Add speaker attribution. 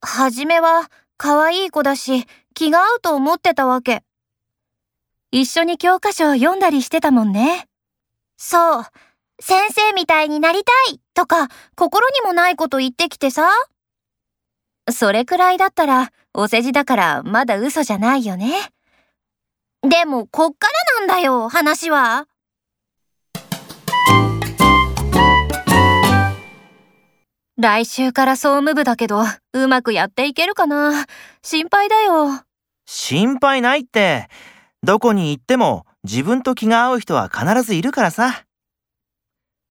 Speaker 1: はじめは可愛い子だし気が合うと思ってたわけ。一緒に教科書を読んだりしてたもんね。
Speaker 2: そう。先生みたいになりたいとか
Speaker 1: 心にもないこと言ってきてさ。それくらいだったらお世辞だからまだ嘘じゃないよね。でもこっからなんだよ、話は。来週から総務部だけど、うまくやっていけるかな。心配だよ。
Speaker 3: 心配ないって。どこに行っても自分と気が合う人は必ずいるからさ。